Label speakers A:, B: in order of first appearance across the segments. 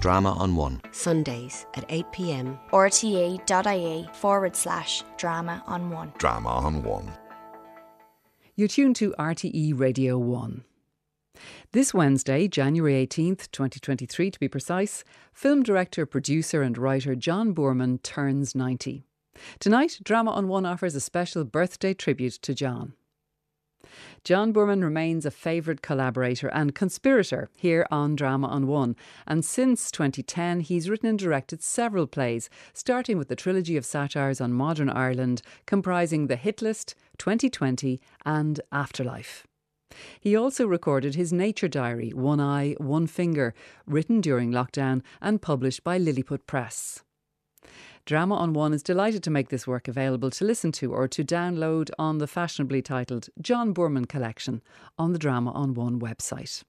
A: Drama on One.
B: Sundays at 8pm.
C: E rte.ie forward slash drama on one.
D: Drama on One.
E: You're tuned to RTE Radio 1. This Wednesday, January 18th, 2023 to be precise, film director, producer, and writer John Boorman turns 90. Tonight, Drama on One offers a special birthday tribute to John. John Boorman remains a favourite collaborator and conspirator here on Drama on One, and since 2010 he's written and directed several plays, starting with the trilogy of satires on modern Ireland, comprising The Hit List, 2020, and Afterlife. He also recorded his nature diary, One Eye, One Finger, written during lockdown and published by Lilliput Press. Drama on One is delighted to make this work available to listen to or to download on the fashionably titled John Boorman collection on the Drama on One website.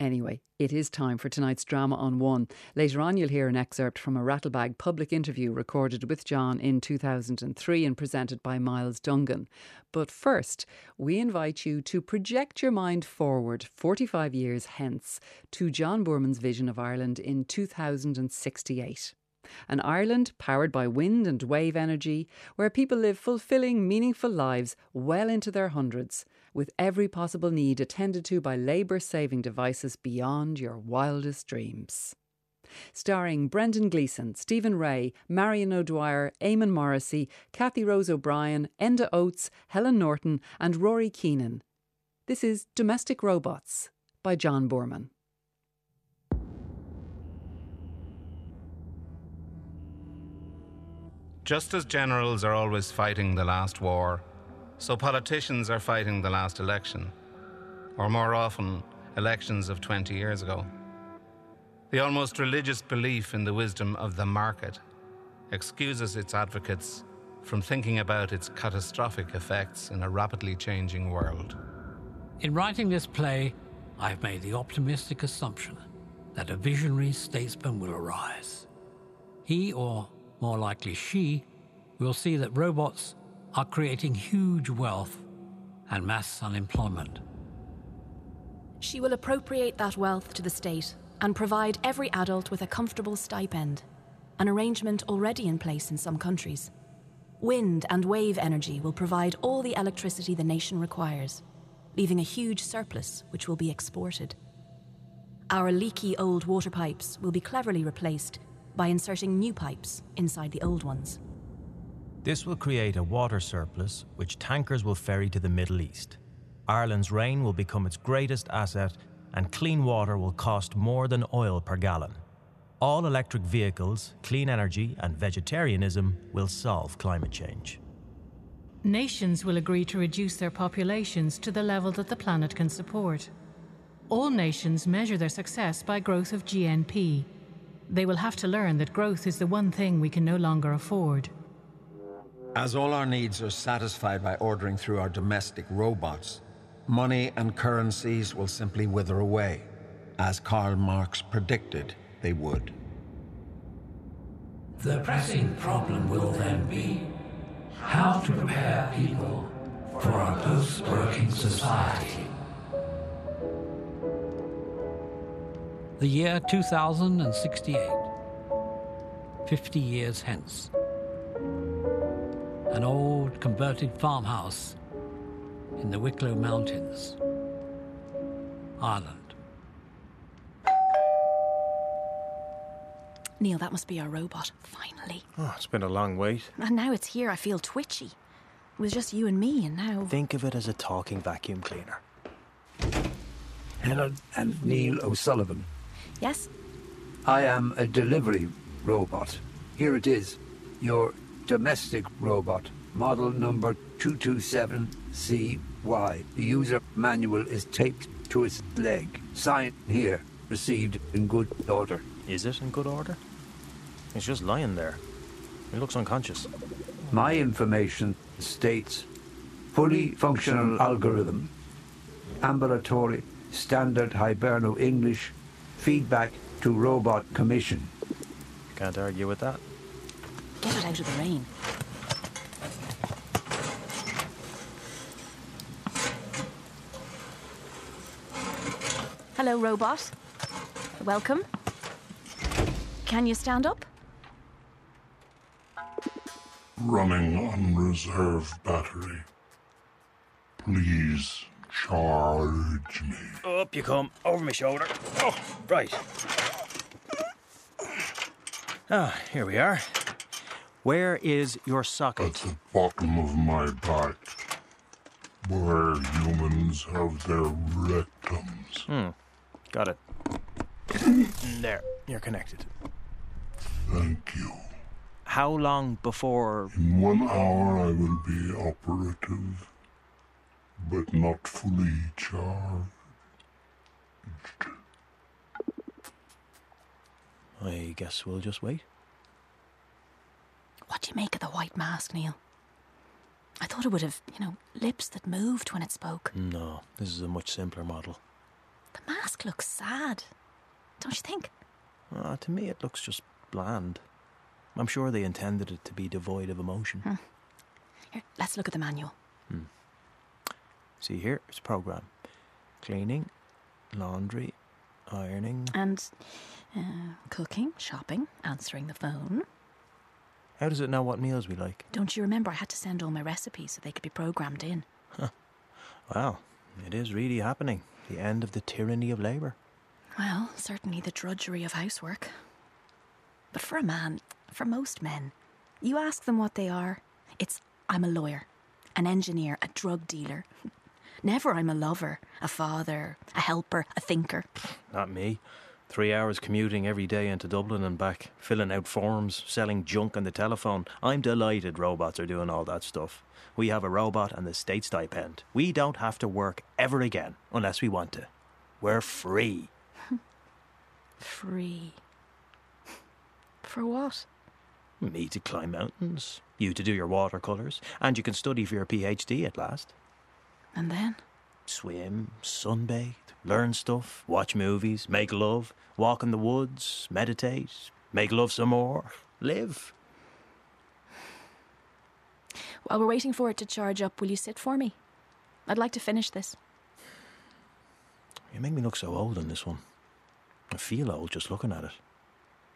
E: Anyway, it is time for tonight's Drama on One. Later on, you'll hear an excerpt from a Rattlebag public interview recorded with John in 2003 and presented by Miles Dungan. But first, we invite you to project your mind forward 45 years hence to John Boorman's vision of Ireland in 2068. An Ireland powered by wind and wave energy, where people live fulfilling, meaningful lives well into their hundreds, with every possible need attended to by labour saving devices beyond your wildest dreams. Starring Brendan Gleeson, Stephen Ray, Marion O'Dwyer, Eamon Morrissey, Kathy Rose O'Brien, Enda Oates, Helen Norton, and Rory Keenan. This is Domestic Robots by John Borman.
F: Just as generals are always fighting the last war, so politicians are fighting the last election, or more often, elections of 20 years ago. The almost religious belief in the wisdom of the market excuses its advocates from thinking about its catastrophic effects in a rapidly changing world.
G: In writing this play, I've made the optimistic assumption that a visionary statesman will arise. He or more likely she, will see that robots are creating huge wealth and mass unemployment.
H: She will appropriate that wealth to the state and provide every adult with a comfortable stipend, an arrangement already in place in some countries. Wind and wave energy will provide all the electricity the nation requires, leaving a huge surplus which will be exported. Our leaky old water pipes will be cleverly replaced by inserting new pipes inside the old ones.
I: This will create a water surplus which tankers will ferry to the Middle East. Ireland's rain will become its greatest asset, and clean water will cost more than oil per gallon. All electric vehicles, clean energy, and vegetarianism will solve climate change.
J: Nations will agree to reduce their populations to the level that the planet can support. All nations measure their success by growth of GNP. They will have to learn that growth is the one thing we can no longer afford.
K: As all our needs are satisfied by ordering through our domestic robots, money and currencies will simply wither away, as Karl Marx predicted they would.
G: The pressing problem will then be how to prepare people for a post working society. The year 2068, 50 years hence. An old converted farmhouse in the Wicklow Mountains, Ireland.
H: Neil, that must be our robot, finally.
L: Oh, it's been a long wait.
H: And now it's here, I feel twitchy. It was just you and me, and now.
L: Think of it as a talking vacuum cleaner.
M: Helen and Neil O'Sullivan.
H: Yes?
M: I am a delivery robot. Here it is, your domestic robot, model number 227CY. The user manual is taped to its leg. Signed here, received in good order.
L: Is it in good order? It's just lying there. It looks unconscious.
M: My information states fully functional algorithm, ambulatory, standard Hiberno English, feedback to robot commission.
L: Can't argue with that.
H: Get it out of the rain. Hello, robot. Welcome. Can you stand up?
A: Running on reserve battery. Please charge me.
L: Up you come, over my shoulder. Oh, right. Ah, here we are. Where is your socket?
A: At the bottom of my back. Where humans have their rectums.
L: Hmm. Got it. there, you're connected.
A: Thank you.
L: How long before.
A: In one hour I will be operative, but not fully charged.
L: I guess we'll just wait.
H: What do you make of the white mask, Neil? I thought it would have, you know, lips that moved when it spoke.
L: No, this is a much simpler model.
H: The mask looks sad, don't you think?
L: Ah, to me, it looks just bland. I'm sure they intended it to be devoid of emotion.
H: Hmm. Here, let's look at the manual.
L: See here, it's program cleaning, laundry, ironing.
H: And uh, cooking, shopping, answering the phone.
L: How does it know what meals we like?
H: Don't you remember I had to send all my recipes so they could be programmed in?
L: Wow, it is really happening. The end of the tyranny of labour.
H: Well, certainly the drudgery of housework. But for a man, for most men, you ask them what they are. It's I'm a lawyer, an engineer, a drug dealer. Never I'm a lover, a father, a helper, a thinker.
L: Not me. Three hours commuting every day into Dublin and back, filling out forms, selling junk on the telephone. I'm delighted robots are doing all that stuff. We have a robot and the state stipend. We don't have to work ever again unless we want to. We're free.
H: Free. For what?
L: Me to climb mountains, you to do your watercolours, and you can study for your PhD at last.
H: And then?
L: Swim, sunbathe, learn stuff, watch movies, make love, walk in the woods, meditate, make love some more, live.
H: While we're waiting for it to charge up, will you sit for me? I'd like to finish this.
L: You make me look so old in this one. I feel old just looking at it.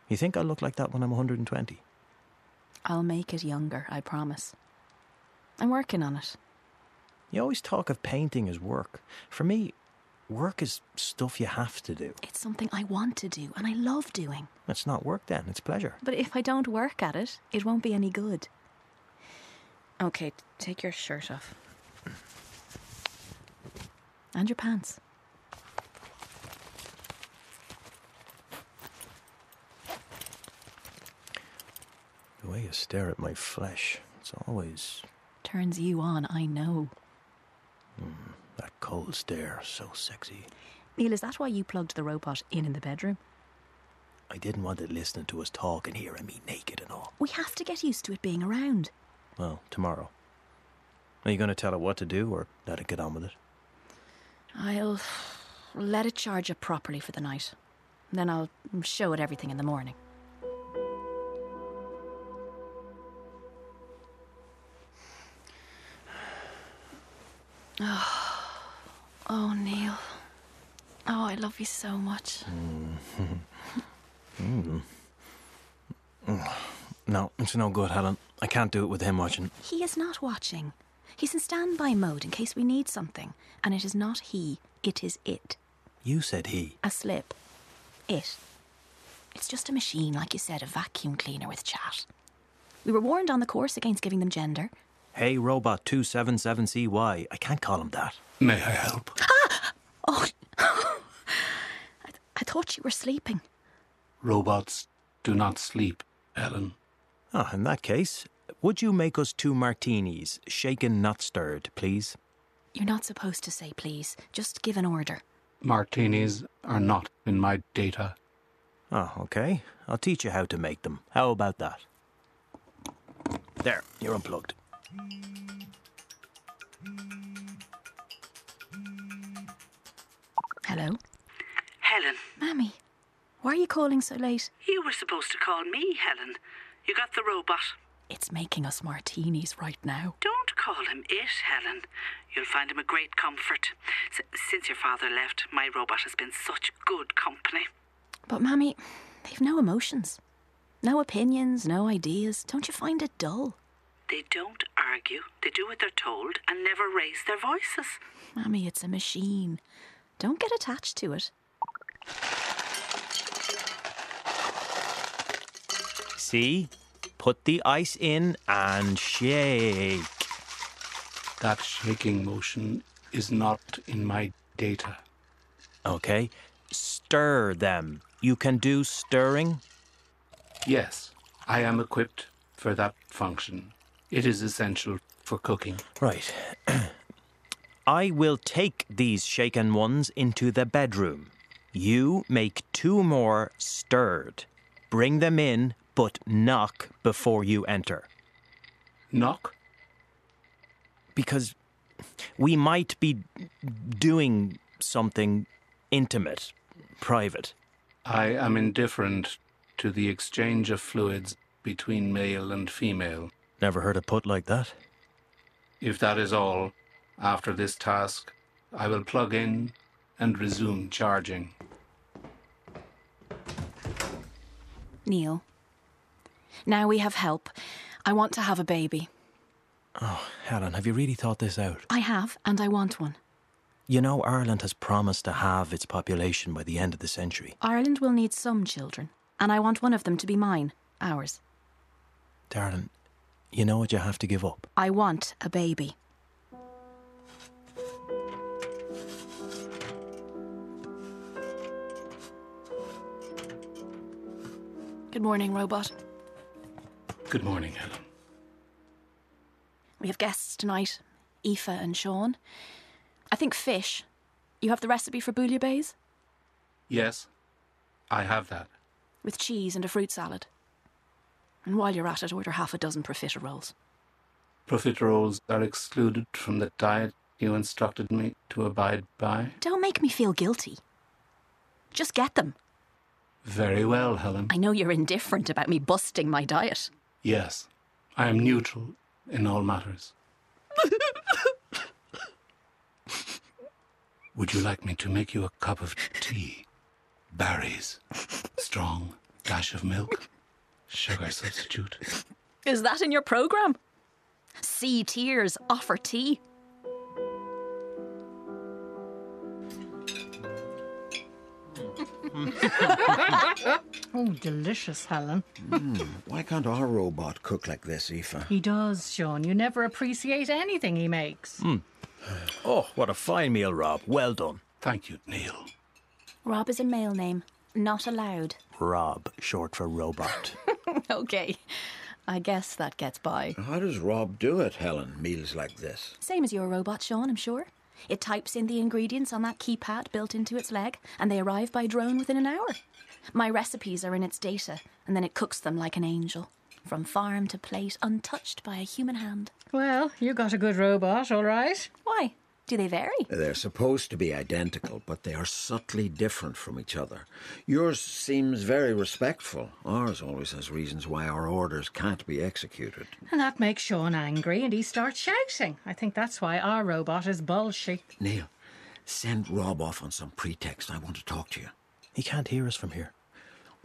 L: You think I look like that when I'm 120?
H: I'll make it younger, I promise. I'm working on it.
L: You always talk of painting as work. For me, work is stuff you have to do.
H: It's something I want to do and I love doing.
L: It's not work then, it's pleasure.
H: But if I don't work at it, it won't be any good. Okay, t- take your shirt off. And your pants.
L: The way you stare at my flesh, it's always
H: Turns you on, I know.
L: hmm, that cold stare, so sexy.
H: Neil, is that why you plugged the robot in in the bedroom?
L: I didn't want it listening to us talk and hearing me naked and all.
H: We have to get used to it being around.
L: Well, tomorrow. Are you going to tell it what to do or let it get on with it?
H: I'll let it charge up properly for the night. Then I'll show it everything in the morning. Oh, Neil. Oh, I love you so much.
L: No, it's no good, Helen. I can't do it with him watching.
H: He is not watching. He's in standby mode in case we need something. And it is not he, it is it.
L: You said he.
H: A slip. It. It's just a machine, like you said, a vacuum cleaner with chat. We were warned on the course against giving them gender.
L: Hey, Robot 277CY. I can't call him that.
A: May I help?
H: Oh, I thought you were sleeping.
D: Robots do not sleep, Ellen.
L: Ah, in that case, would you make us two martinis, shaken, not stirred, please?
H: You're not supposed to say please, just give an order.
D: Martinis are not in my data.
L: Ah, okay. I'll teach you how to make them. How about that? There, you're unplugged.
H: Hello?
N: Helen,
H: Mammy, why are you calling so late?
N: you were supposed to call me Helen. You got the robot.
H: It's making us martinis right now.
N: Don't call him it, Helen. You'll find him a great comfort. S- since your father left, my robot has been such good company.
H: But, Mammy, They've no emotions, no opinions, no ideas. Don't you find it dull?
N: They don't argue, they do what they're told and never raise their voices.
H: Mammy, it's a machine. Don't get attached to it.
L: See? Put the ice in and shake.
D: That shaking motion is not in my data.
L: Okay. Stir them. You can do stirring.
D: Yes, I am equipped for that function. It is essential for cooking.
L: Right. I will take these shaken ones into the bedroom. You make two more stirred. Bring them in, but knock before you enter.
D: Knock?
L: Because we might be doing something intimate, private.
D: I am indifferent to the exchange of fluids between male and female.
L: Never heard it put like that.
D: If that is all, after this task, I will plug in and resume charging.
H: Neil. Now we have help. I want to have a baby.
L: Oh, Helen, have you really thought this out?
H: I have, and I want one.
L: You know, Ireland has promised to halve its population by the end of the century.
H: Ireland will need some children, and I want one of them to be mine, ours.
L: Darling, you know what you have to give up?
H: I want a baby. Good morning, robot.
D: Good morning, Helen.
H: We have guests tonight Aoife and Sean. I think fish. You have the recipe for bouillabaisse?
D: Yes, I have that.
H: With cheese and a fruit salad. And while you're at it, order half a dozen profiteroles.
D: Profiteroles are excluded from the diet you instructed me to abide by.
H: Don't make me feel guilty. Just get them.
D: Very well, Helen.
H: I know you're indifferent about me busting my diet.
D: Yes, I am neutral in all matters. Would you like me to make you a cup of tea? Berries, strong, dash of milk, sugar substitute.
H: Is that in your program? See tears, offer tea.
J: oh, delicious, Helen.
K: Mm, why can't our robot cook like this, Aoife?
J: He does, Sean. You never appreciate anything he makes.
L: Mm. Oh, what a fine meal, Rob. Well done.
D: Thank you, Neil.
H: Rob is a male name, not allowed.
L: Rob, short for robot.
H: okay. I guess that gets by.
K: How does Rob do it, Helen, meals like this?
H: Same as your robot, Sean, I'm sure. It types in the ingredients on that keypad built into its leg, and they arrive by drone within an hour. My recipes are in its data, and then it cooks them like an angel, from farm to plate, untouched by a human hand.
J: Well, you got a good robot, all right.
H: Why? Do they vary?
K: They're supposed to be identical, but they are subtly different from each other. Yours seems very respectful. Ours always has reasons why our orders can't be executed.
J: And that makes Sean angry, and he starts shouting. I think that's why our robot is bullshy.
K: Neil, send Rob off on some pretext. I want to talk to you.
L: He can't hear us from here.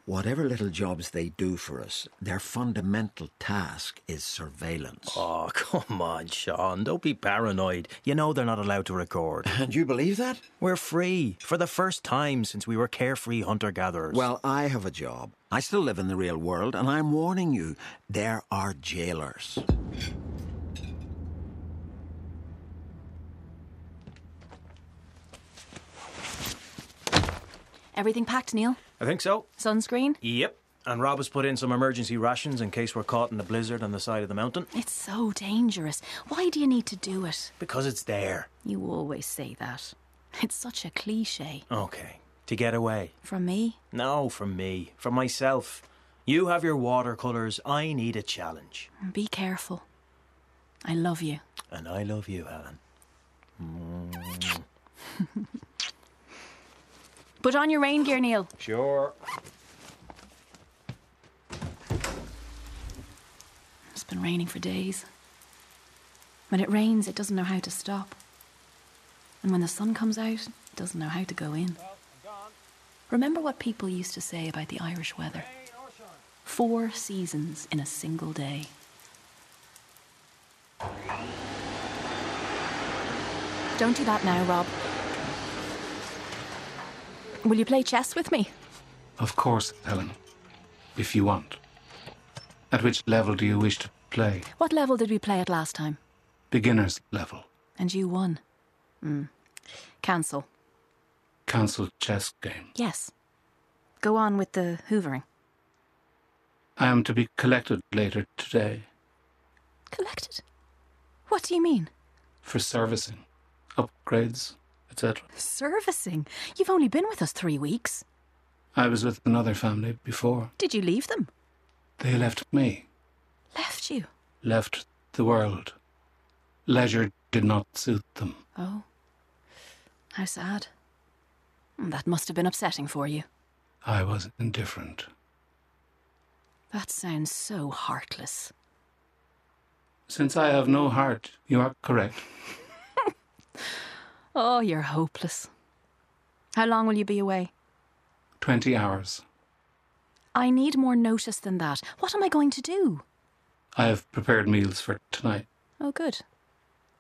K: Whatever little jobs they do for us, their fundamental task is surveillance.
L: Oh, come on, Sean. Don't be paranoid. You know they're not allowed to record.
K: And you believe that?
L: We're free for the first time since we were carefree hunter gatherers.
K: Well, I have a job. I still live in the real world, and I'm warning you there are jailers.
H: Everything packed, Neil?
L: I think so.
H: Sunscreen?
L: Yep. And Rob has put in some emergency rations in case we're caught in a blizzard on the side of the mountain.
H: It's so dangerous. Why do you need to do it?
L: Because it's there.
H: You always say that. It's such a cliche.
L: Okay. To get away.
H: From me?
L: No, from me. From myself. You have your watercolours. I need a challenge.
H: Be careful. I love you.
L: And I love you, Helen. Mm.
H: Put on your rain gear, Neil.
L: Sure.
H: It's been raining for days. When it rains, it doesn't know how to stop. And when the sun comes out, it doesn't know how to go in.
O: Remember what people used to say about the Irish weather? Four seasons in a single day.
H: Don't do that now, Rob. Will you play chess with me?
F: Of course, Helen. If you want. At which level do you wish to play?
H: What level did we play at last time?
F: Beginner's level.
H: And you won. Hmm. Cancel.
F: Council chess game.
H: Yes. Go on with the hoovering.
F: I am to be collected later today
H: Collected? What do you mean?
F: for servicing, upgrades, etc.
H: Servicing? You've only been with us three weeks.
F: I was with another family before.
H: Did you leave them?
F: They left me,
H: Left you?
F: left the world. Leisure did not suit them.
H: Oh. How sad. Mm, That must have been upsetting for you.
F: I was indifferent.
H: That sounds so heartless.
F: Since I have no heart, you are correct.
H: Oh, you're hopeless. How long will you be away?
F: 20 hours.
H: I need more notice than that. What am I going to do?
F: I have prepared meals for tonight.
H: Oh, good.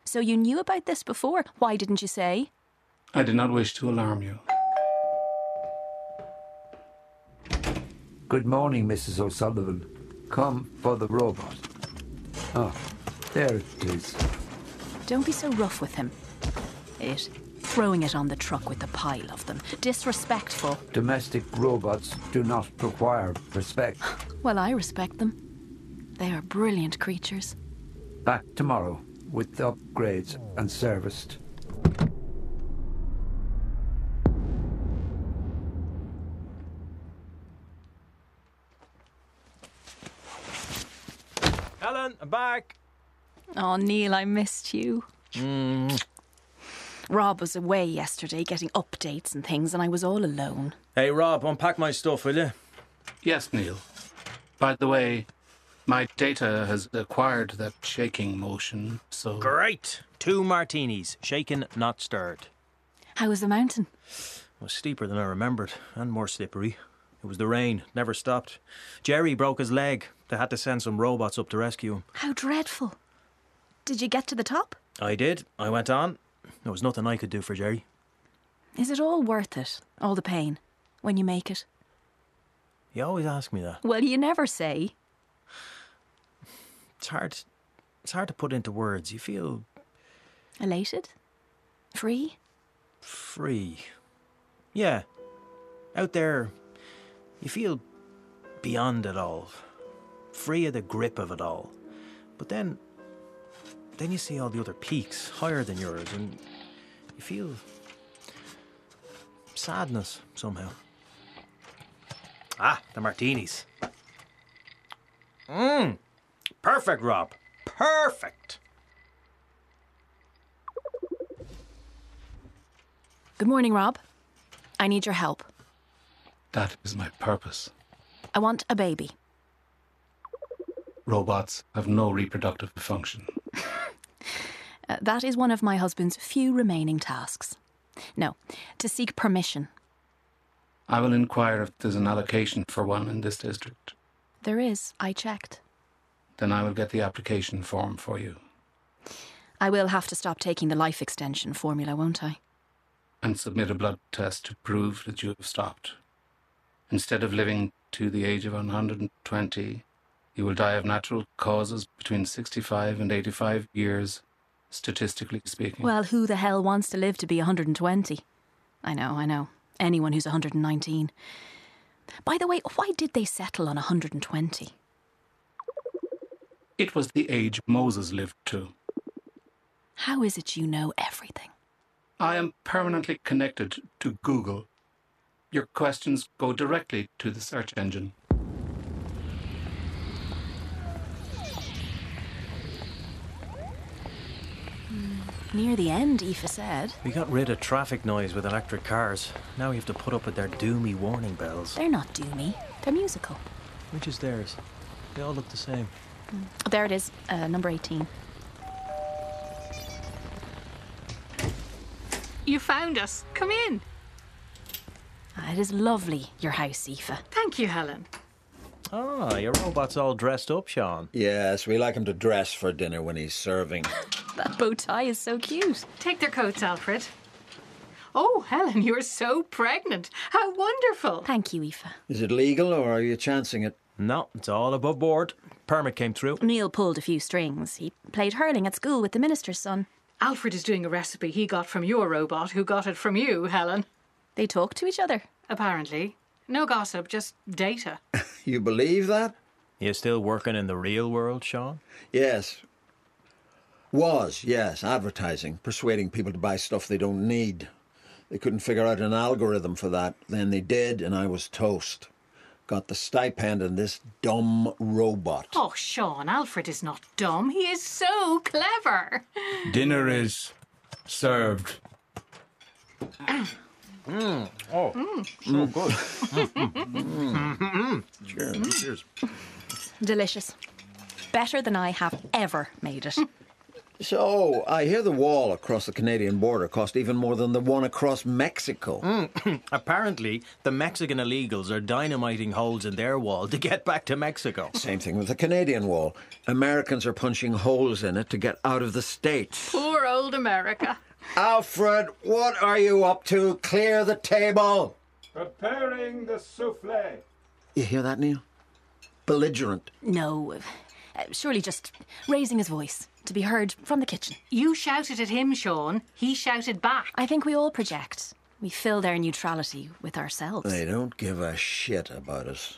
H: So you knew about this before. Why didn't you say?
F: I did not wish to alarm you.
M: Good morning, Mrs. O'Sullivan. Come for the robot. Ah, there it is.
O: Don't be so rough with him.
H: It. Throwing it on the truck with the pile of them. Disrespectful.
M: Domestic robots do not require respect.
O: Well, I respect them. They are brilliant creatures.
M: Back tomorrow with upgrades and serviced.
I: Helen, I'm back.
H: Oh, Neil, I missed you.
I: Mm.
H: Rob was away yesterday getting updates and things, and I was all alone.
L: Hey, Rob, unpack my stuff, will you?
F: Yes, Neil. By the way, my data has acquired that shaking motion, so.
L: Great!
I: Two martinis, shaken, not stirred.
H: How was the mountain?
L: It was steeper than I remembered, and more slippery. It was the rain, never stopped. Jerry broke his leg. They had to send some robots up to rescue him.
H: How dreadful. Did you get to the top?
L: I did. I went on. There was nothing I could do for Jerry.
H: Is it all worth it? All the pain? When you make it?
L: You always ask me that.
H: Well, you never say.
L: It's hard. It's hard to put into words. You feel
H: Elated? Free?
L: free. Yeah. Out there, you feel beyond it all, free of the grip of it all. But then, then you see all the other peaks higher than yours, and you feel sadness somehow. Ah, the martinis. Mmm. Perfect, Rob. Perfect.
H: Good morning, Rob. I need your help.
F: That is my purpose.
H: I want a baby.
F: Robots have no reproductive function.
H: Uh, that is one of my husband's few remaining tasks. No, to seek permission.
F: I will inquire if there's an allocation for one in this district.
H: There is, I checked.
F: Then I will get the application form for you.
H: I will have to stop taking the life extension formula, won't I?
F: and submit a blood test to prove that you have stopped. Instead of living to the age of 120, you will die of natural causes between 65 and 85 years, statistically speaking.
H: Well, who the hell wants to live to be 120? I know, I know. Anyone who's 119. By the way, why did they settle on 120?
F: it was the age Moses lived to.
H: How is it you know everything?
F: I am permanently connected to Google. Your questions go directly to the search engine.
H: Near the end, Aoife said.
L: We got rid of traffic noise with electric cars. Now we have to put up with their doomy warning bells.
H: They're not doomy, they're musical.
L: Which is theirs? They all look the same.
H: There it is, uh, number 18.
J: You found us. Come in.
H: Ah, It is lovely, your house, Aoife.
J: Thank you, Helen.
L: Ah, your robot's all dressed up, Sean.
K: Yes, we like him to dress for dinner when he's serving.
J: That bow tie is so cute. Take their coats, Alfred. Oh, Helen, you're so pregnant. How wonderful.
H: Thank you, Aoife.
K: Is it legal or are you chancing it?
L: No, it's all above board. Permit came through.
H: Neil pulled a few strings. He played hurling at school with the minister's son.
J: Alfred is doing a recipe he got from your robot, who got it from you, Helen.
H: They talk to each other.
J: Apparently. No gossip, just data.
K: You believe that?
L: You still working in the real world, Sean?
K: Yes. Was, yes, advertising, persuading people to buy stuff they don't need. They couldn't figure out an algorithm for that. Then they did, and I was toast. Got the stipend and this dumb robot.
J: Oh, Sean, Alfred is not dumb. He is so clever.
P: Dinner is served.
L: Mm. Oh, so good.
K: Mm.
L: Mm.
K: Cheers. Cheers.
H: Delicious. Mm. Better than I have ever made it.
K: So, I hear the wall across the Canadian border cost even more than the one across Mexico.
L: Mm. Apparently, the Mexican illegals are dynamiting holes in their wall to get back to Mexico.
K: Same thing with the Canadian wall. Americans are punching holes in it to get out of the States.
J: Poor old America.
K: Alfred, what are you up to? Clear the table.
Q: Preparing the souffle.
K: You hear that, Neil? Belligerent.
H: No, uh, surely just raising his voice to be heard from the kitchen.
J: You shouted at him, Sean. He shouted back.
H: I think we all project. We fill their neutrality with ourselves.
K: They don't give a shit about us.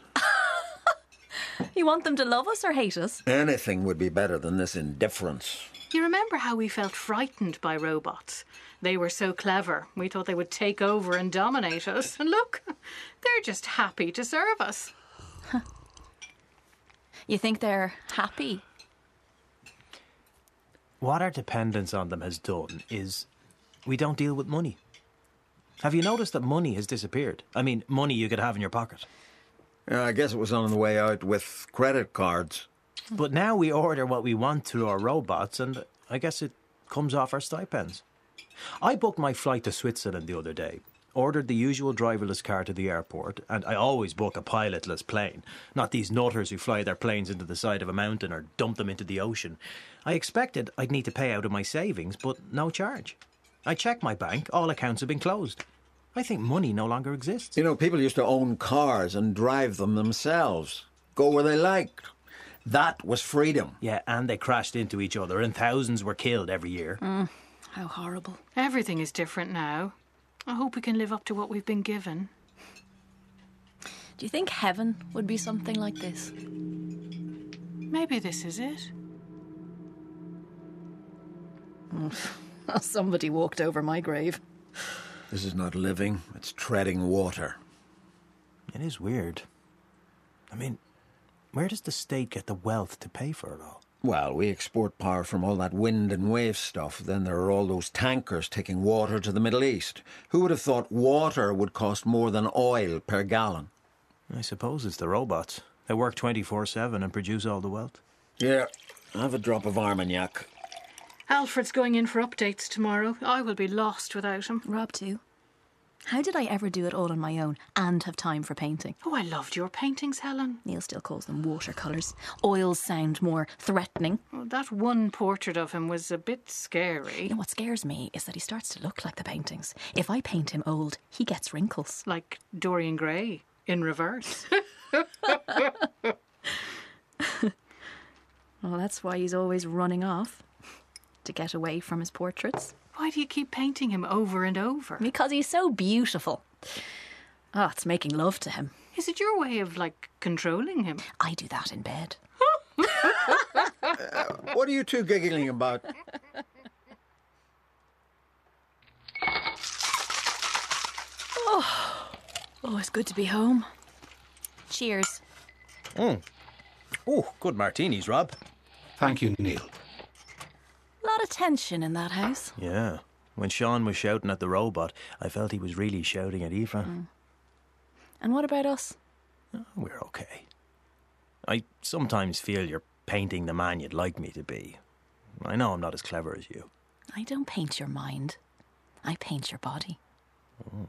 H: You want them to love us or hate us?
K: Anything would be better than this indifference.
J: You remember how we felt frightened by robots? They were so clever. We thought they would take over and dominate us. And look, they're just happy to serve us.
H: You think they're happy?
L: What our dependence on them has done is we don't deal with money. Have you noticed that money has disappeared? I mean, money you could have in your pocket.
K: Yeah, I guess it was on the way out with credit cards.
L: But now we order what we want through our robots, and I guess it comes off our stipends. I booked my flight to Switzerland the other day, ordered the usual driverless car to the airport, and I always book a pilotless plane, not these nutters who fly their planes into the side of a mountain or dump them into the ocean. I expected I'd need to pay out of my savings, but no charge. I checked my bank, all accounts have been closed. I think money no longer exists.
K: You know, people used to own cars and drive them themselves, go where they liked. That was freedom.
L: Yeah, and they crashed into each other, and thousands were killed every year.
J: Mm,
H: how horrible.
J: Everything is different now. I hope we can live up to what we've been given.
H: Do you think heaven would be something like this?
J: Maybe this is it.
O: Somebody walked over my grave.
K: This is not living, it's treading water.
L: It is weird. I mean, where does the state get the wealth to pay for it all?
K: Well, we export power from all that wind and wave stuff. Then there are all those tankers taking water to the Middle East. Who would have thought water would cost more than oil per gallon?
L: I suppose it's the robots. They work 24 7 and produce all the wealth.
K: Yeah, have a drop of Armagnac.
J: Alfred's going in for updates tomorrow. I will be lost without him.
H: Rob, too. How did I ever do it all on my own and have time for painting?
J: Oh, I loved your paintings, Helen.
H: Neil still calls them watercolours. Oils sound more threatening.
J: Oh, that one portrait of him was a bit scary.
H: You know what scares me is that he starts to look like the paintings. If I paint him old, he gets wrinkles.
J: Like Dorian Gray in reverse.
H: Well, that's why he's always running off to get away from his portraits.
J: Why do you keep painting him over and over?
H: Because he's so beautiful. Ah, it's making love to him.
J: Is it your way of, like, controlling him?
H: I do that in bed.
K: What are you two giggling about?
H: Oh, oh it's good to be home. Cheers.
L: Mm. Oh, good martinis, Rob.
D: Thank you, Neil.
H: A lot of tension in that house.
L: Yeah. When Sean was shouting at the robot, I felt he was really shouting at Ephraim.
H: And what about us?
L: We're okay. I sometimes feel you're painting the man you'd like me to be. I know I'm not as clever as you.
H: I don't paint your mind, I paint your body.
L: oh,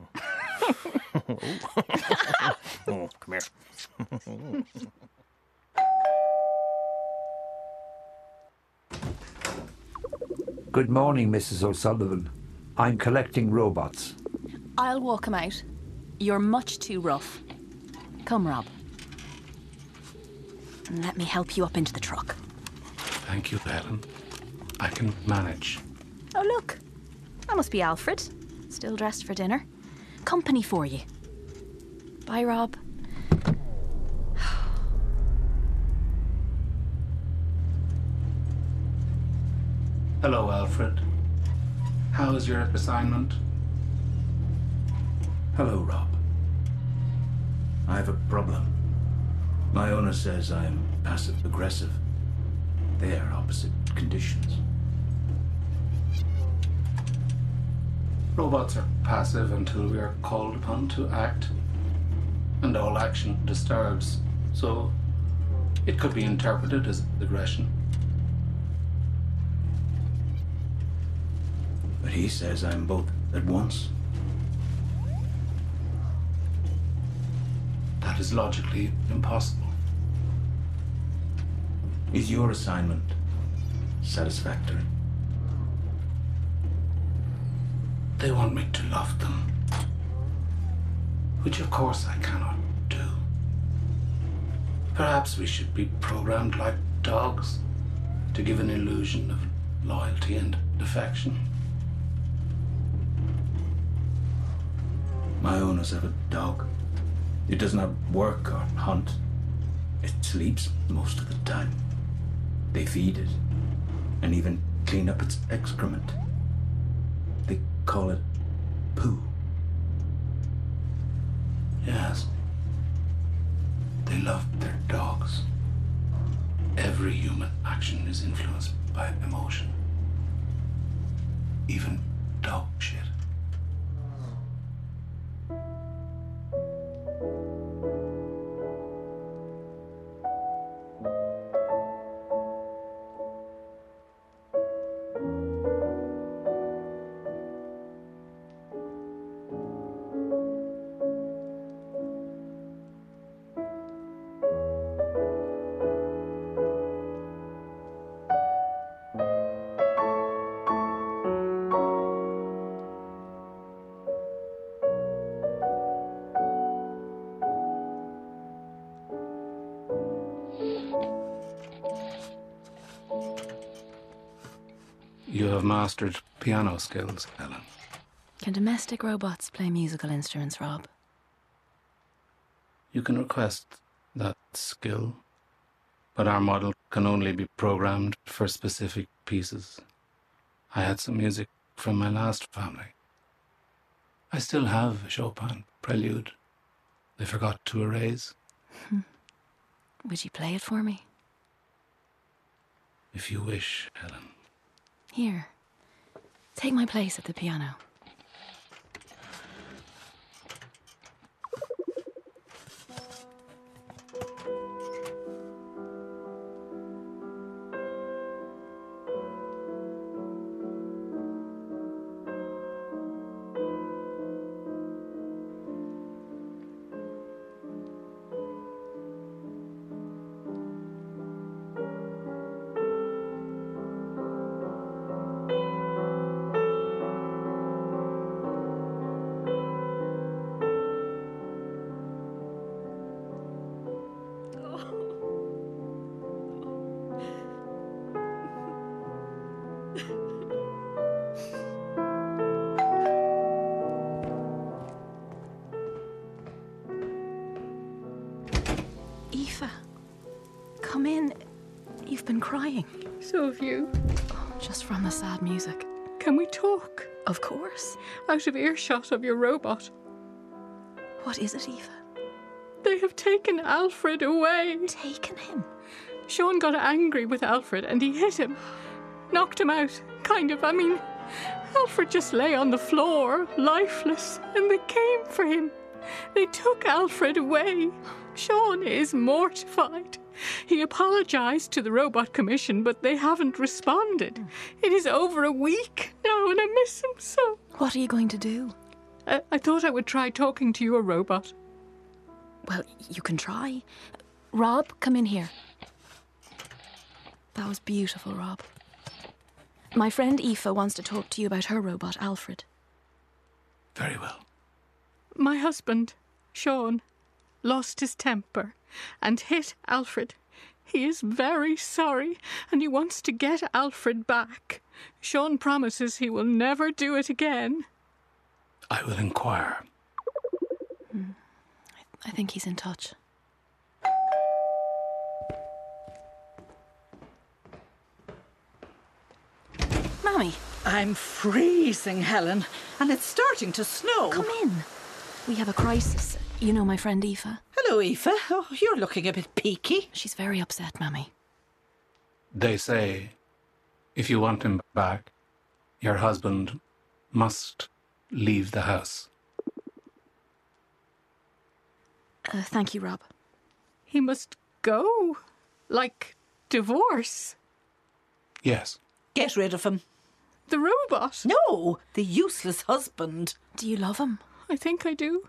L: come here.
R: Good morning, Mrs. O'Sullivan. I'm collecting robots.
H: I'll walk him out. You're much too rough. Come, Rob. And let me help you up into the truck.
S: Thank you, Helen. I can manage.
H: Oh, look. That must be Alfred. Still dressed for dinner. Company for you. Bye, Rob.
F: Hello, Alfred. How is your assignment?
T: Hello, Rob. I have a problem. My owner says I am passive aggressive. They are opposite conditions.
F: Robots are passive until we are called upon to act, and all action disturbs, so it could be interpreted as aggression.
T: But he says I'm both at once.
F: That is logically impossible.
T: Is your assignment satisfactory?
F: They want me to love them, which of course I cannot do. Perhaps we should be programmed like dogs to give an illusion of loyalty and affection.
T: My owners have a dog. It does not work or hunt. It sleeps most of the time. They feed it and even clean up its excrement. They call it poo.
F: Yes. They love their dogs. Every human action is influenced by emotion. Even dog shit. You have mastered piano skills, Helen.
H: Can domestic robots play musical instruments, Rob?
F: You can request that skill, but our model can only be programmed for specific pieces. I had some music from my last family. I still have a Chopin prelude they forgot to erase.
H: Would you play it for me?
F: If you wish, Helen.
H: Here. Take my place at the piano. Aoife, come in. You've been crying.
U: So have you.
H: Just from the sad music.
U: Can we talk?
H: Of course.
U: Out of earshot of your robot.
H: What is it, Eva?
U: They have taken Alfred away.
H: Taken him?
U: Sean got angry with Alfred and he hit him. Knocked him out, kind of. I mean, Alfred just lay on the floor, lifeless, and they came for him. They took Alfred away. Sean is mortified. He apologised to the Robot Commission, but they haven't responded. It is over a week now, and I miss him so.
H: What are you going to do?
U: I, I thought I would try talking to you, a robot.
H: Well, you can try. Rob, come in here. That was beautiful, Rob. My friend Aoife wants to talk to you about her robot, Alfred.
F: Very well.
U: My husband, Sean, lost his temper and hit Alfred. He is very sorry and he wants to get Alfred back. Sean promises he will never do it again.
F: I will inquire.
H: I think he's in touch. Mammy,
N: I'm freezing, Helen, and it's starting to snow.
H: Come in. we have a crisis. You know my friend Aoife.
N: Hello, Aoife. Oh, you're looking a bit peaky.
H: She's very upset, Mammy.
F: They say if you want him back, your husband must leave the house.
H: Uh, thank you, Rob.
U: He must go. Like divorce.
F: Yes.
N: Get rid of him.
U: The robot?
N: No, the useless husband.
H: Do you love him?
U: I think I do.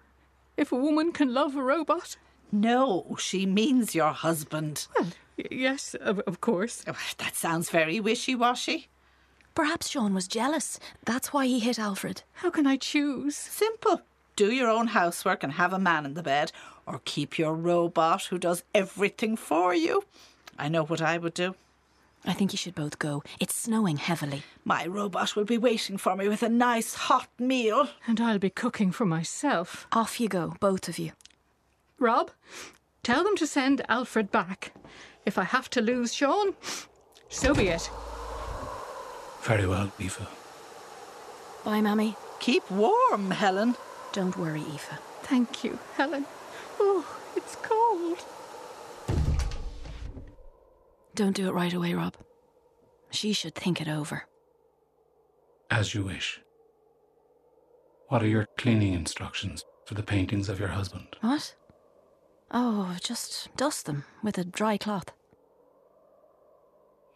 U: If a woman can love a robot.
N: No, she means your husband. Oh,
U: Well, y- yes, of, of course.
N: That sounds very wishy washy.
H: Perhaps Sean was jealous. That's why he hit Alfred.
U: How can I choose?
N: Simple. Do your own housework and have a man in the bed, or keep your robot who does everything for you. I know what I would do.
H: I think you should both go. It's snowing heavily.
N: My robot will be waiting for me with a nice hot meal.
U: And I'll be cooking for myself.
H: Off you go, both of you.
U: Rob, tell them to send Alfred back. If I have to lose Sean, so be it.
F: Very well, Aoife.
H: Bye, Mammy.
N: Keep warm, Helen.
H: Don't worry, Aoife.
U: Thank you, Helen. Oh, it's cold.
H: Don't do it right away, Rob. She should think it over.
F: As you wish. What are your cleaning instructions for the paintings of your husband?
H: What? Oh, just dust them with a dry cloth.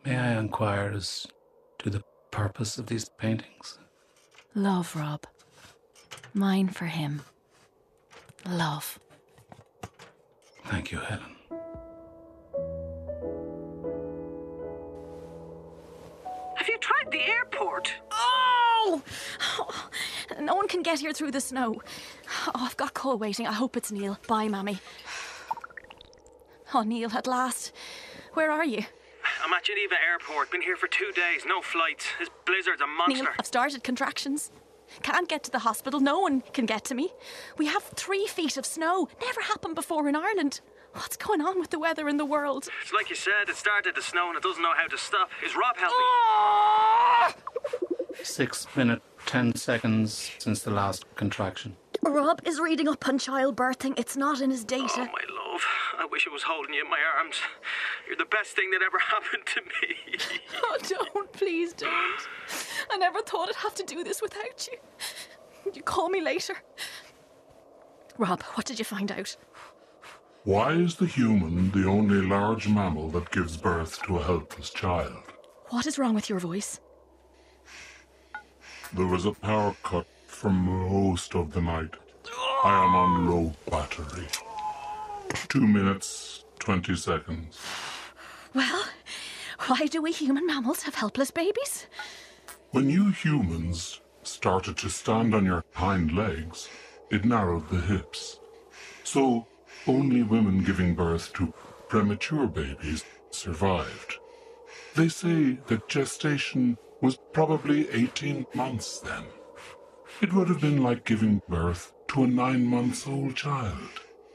F: May I inquire as to the purpose of these paintings?
H: Love, Rob. Mine for him. Love.
F: Thank you, Helen.
V: Have you tried the airport?
H: Oh! Oh, No one can get here through the snow. Oh, I've got call waiting. I hope it's Neil. Bye, Mammy. Oh, Neil, at last. Where are you?
W: I'm at Geneva Airport. Been here for two days. No flights. This blizzard's a monster.
H: Neil, I've started contractions. Can't get to the hospital. No one can get to me. We have three feet of snow. Never happened before in Ireland. What's going on with the weather in the world?
W: It's like you said, it started to snow and it doesn't know how to stop. Is Rob helping?
L: Ah!
F: Six minute, ten seconds since the last contraction.
H: Rob is reading up on childbirthing. It's not in his
W: Oh,
H: data.
W: my love. I wish I was holding you in my arms. You're the best thing that ever happened to me.
H: Oh, don't, please don't. I never thought I'd have to do this without you. You call me later. Rob, what did you find out?
A: Why is the human the only large mammal that gives birth to a helpless child?
H: What is wrong with your voice?
A: There was a power cut for most of the night. I am on low battery. Two minutes, twenty seconds.
H: Well, why do we human mammals have helpless babies?
A: When you humans started to stand on your hind legs, it narrowed the hips. So, only women giving birth to premature babies survived. They say that gestation was probably 18 months then. It would have been like giving birth to a nine month old child.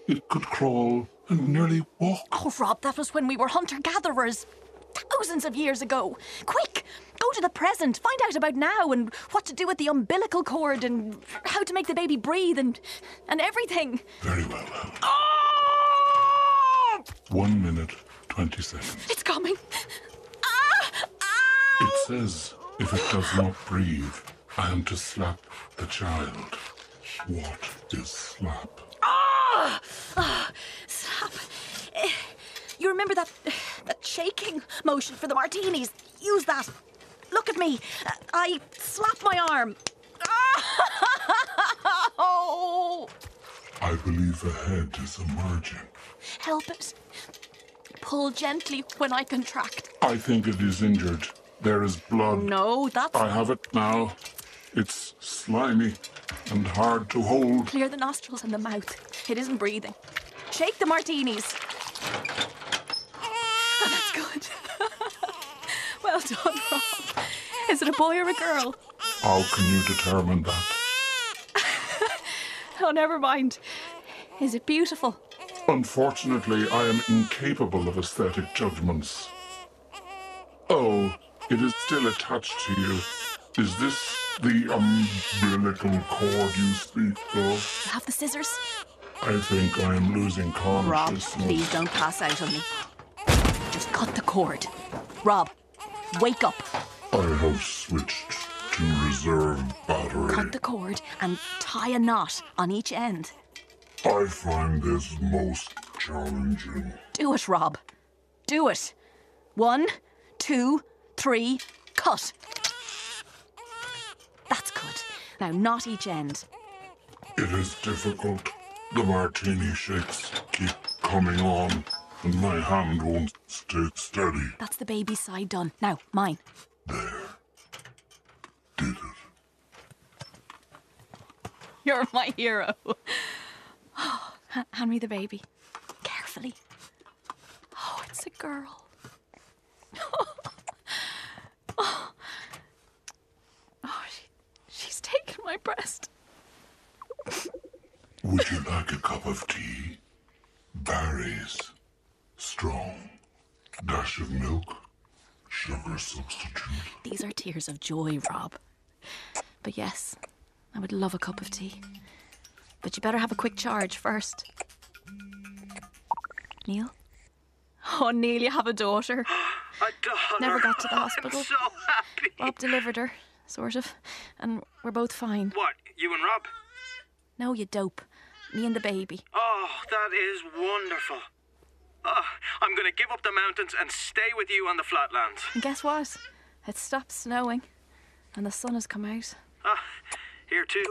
A: It could crawl and nearly walk.
H: Oh, Rob, that was when we were hunter gatherers. Thousands of years ago. Quick, go to the present. Find out about now and what to do with the umbilical cord and how to make the baby breathe and and everything.
A: Very well, Helen. One minute, 20 seconds.
H: It's coming.
N: Ah!
A: It says if it does not breathe, I am to slap the child. What is slap?
H: Ah! Ah! Stop. Eh, You remember that that shaking motion for the martinis? Use that. Look at me. Uh, I slap my arm. Ah!
A: I believe a head is emerging.
H: Help it. Pull gently when I contract.
A: I think it is injured. There is blood.
H: No, that's.
A: Oh, I have it now. It's slimy and hard to hold.
H: Clear the nostrils and the mouth. It isn't breathing. Shake the martinis. Oh, that's good. well done, Rob. Is it a boy or a girl?
A: How can you determine that?
H: Oh, never mind. Is it beautiful?
A: Unfortunately, I am incapable of aesthetic judgments. Oh, it is still attached to you. Is this the umbilical cord you speak of?
H: You have the scissors?
A: I think I am losing
X: Rob,
A: consciousness.
X: please don't pass out on me.
H: Just cut the cord. Rob, wake up.
A: I have switched to reserve battery.
H: Cut the cord and tie a knot on each end.
A: I find this most challenging.
H: Do it, Rob. Do it. One, two, three, cut. That's good. Now knot each end.
A: It is difficult. The martini shakes keep coming on, and my hand won't stay steady.
H: That's the baby's side done. Now, mine. You're my hero. H- Hand me the baby. Carefully. Oh, it's a girl. oh, she, she's taken my breast.
A: Would you like a cup of tea? Berries. Strong. Dash of milk. Sugar substitute.
H: These are tears of joy, Rob. But yes, I would love a cup of tea. But you better have a quick charge first. Neil? Oh, Neil, you have a daughter.
W: A dollar.
H: Never got to the hospital.
W: I'm so happy.
H: Rob delivered her, sort of, and we're both fine.
W: What? You and Rob?
H: No, you dope. Me and the baby.
W: Oh, that is wonderful. Oh, I'm going to give up the mountains and stay with you on the flatlands.
H: And guess what? It stopped snowing, and the sun has come out.
W: Ah, here too.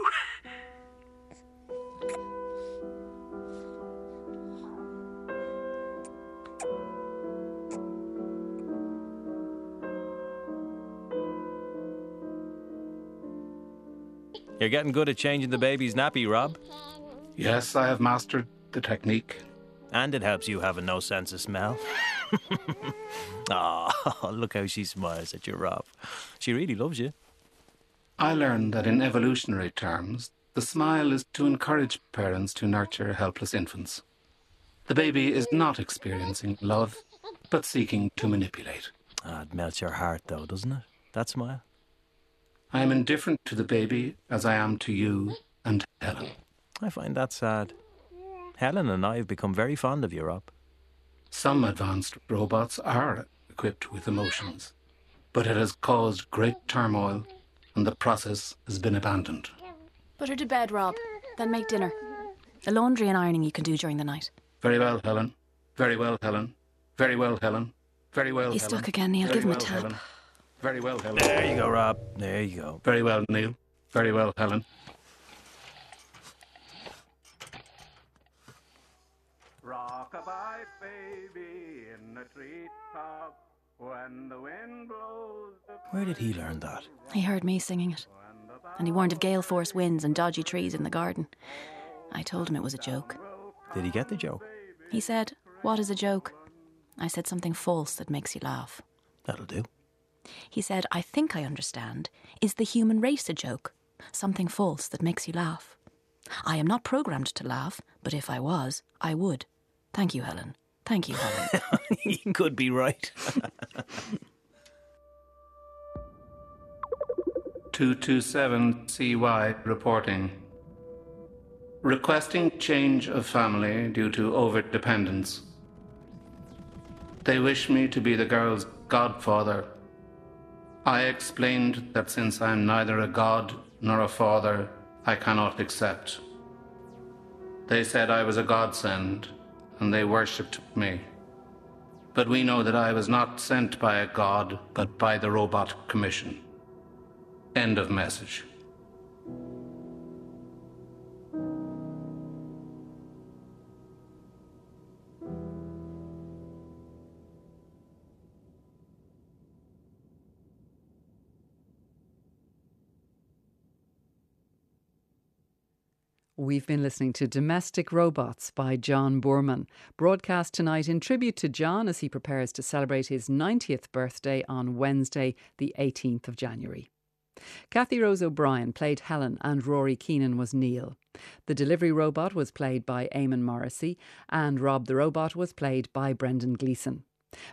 L: You're getting good at changing the baby's nappy, Rob.
F: Yes, I have mastered the technique.
L: And it helps you having no sense of smell. Ah, look how she smiles at you, Rob. She really loves you.
F: I learned that in evolutionary terms, the smile is to encourage parents to nurture helpless infants. The baby is not experiencing love, but seeking to manipulate.
L: Ah, it melts your heart, though, doesn't it? That smile.
F: I am indifferent to the baby as I am to you and Helen.
L: I find that sad. Helen and I have become very fond of you, Rob.
F: Some advanced robots are equipped with emotions, but it has caused great turmoil, and the process has been abandoned.
H: Put her to bed, Rob. Then make dinner. The laundry and ironing you can do during the night.
F: Very well, Helen. Very well, Helen. Very well, Helen. Very well,
H: He's
F: Helen.
H: stuck again, Neil.
F: Very
H: Give him a
F: well,
H: tap.
F: Helen. Very well, Helen.
L: There you go, Rob. There you go.
F: Very well, Neil. Very well, Helen.
Q: Rockabye baby in the treetop when the wind blows the
L: Where did he learn that?
H: He heard me singing it, and he warned of gale force winds and dodgy trees in the garden. I told him it was a joke.
L: Did he get the joke?
H: He said, What is a joke? I said something false that makes you laugh.
L: That'll do.
H: He said, I think I understand. Is the human race a joke? Something false that makes you laugh. I am not programmed to laugh, but if I was, I would. Thank you, Helen. Thank you, Helen.
L: he could be right.
F: Two two seven CY reporting. Requesting change of family due to overdependence. They wish me to be the girl's godfather. I explained that since I am neither a god nor a father, I cannot accept. They said I was a godsend, and they worshipped me. But we know that I was not sent by a god, but by the Robot Commission. End of message.
E: We've been listening to Domestic Robots by John Boorman, broadcast tonight in tribute to John as he prepares to celebrate his 90th birthday on Wednesday, the 18th of January. Kathy Rose O'Brien played Helen and Rory Keenan was Neil. The delivery robot was played by Eamon Morrissey and Rob the Robot was played by Brendan Gleeson.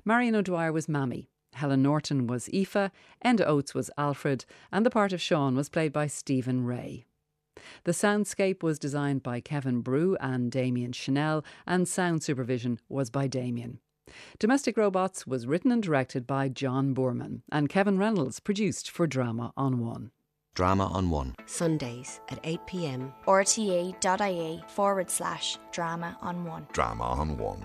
E: Marion O'Dwyer was Mammy. Helen Norton was Aoife, Enda Oates was Alfred, and the part of Sean was played by Stephen Ray. The soundscape was designed by Kevin Brew and Damien Chanel, and sound supervision was by Damien. Domestic Robots was written and directed by John Boorman, and Kevin Reynolds produced for Drama on One.
Y: Drama on One.
B: Sundays at 8 pm.
C: rta.ie forward slash drama on one.
Y: Drama on One.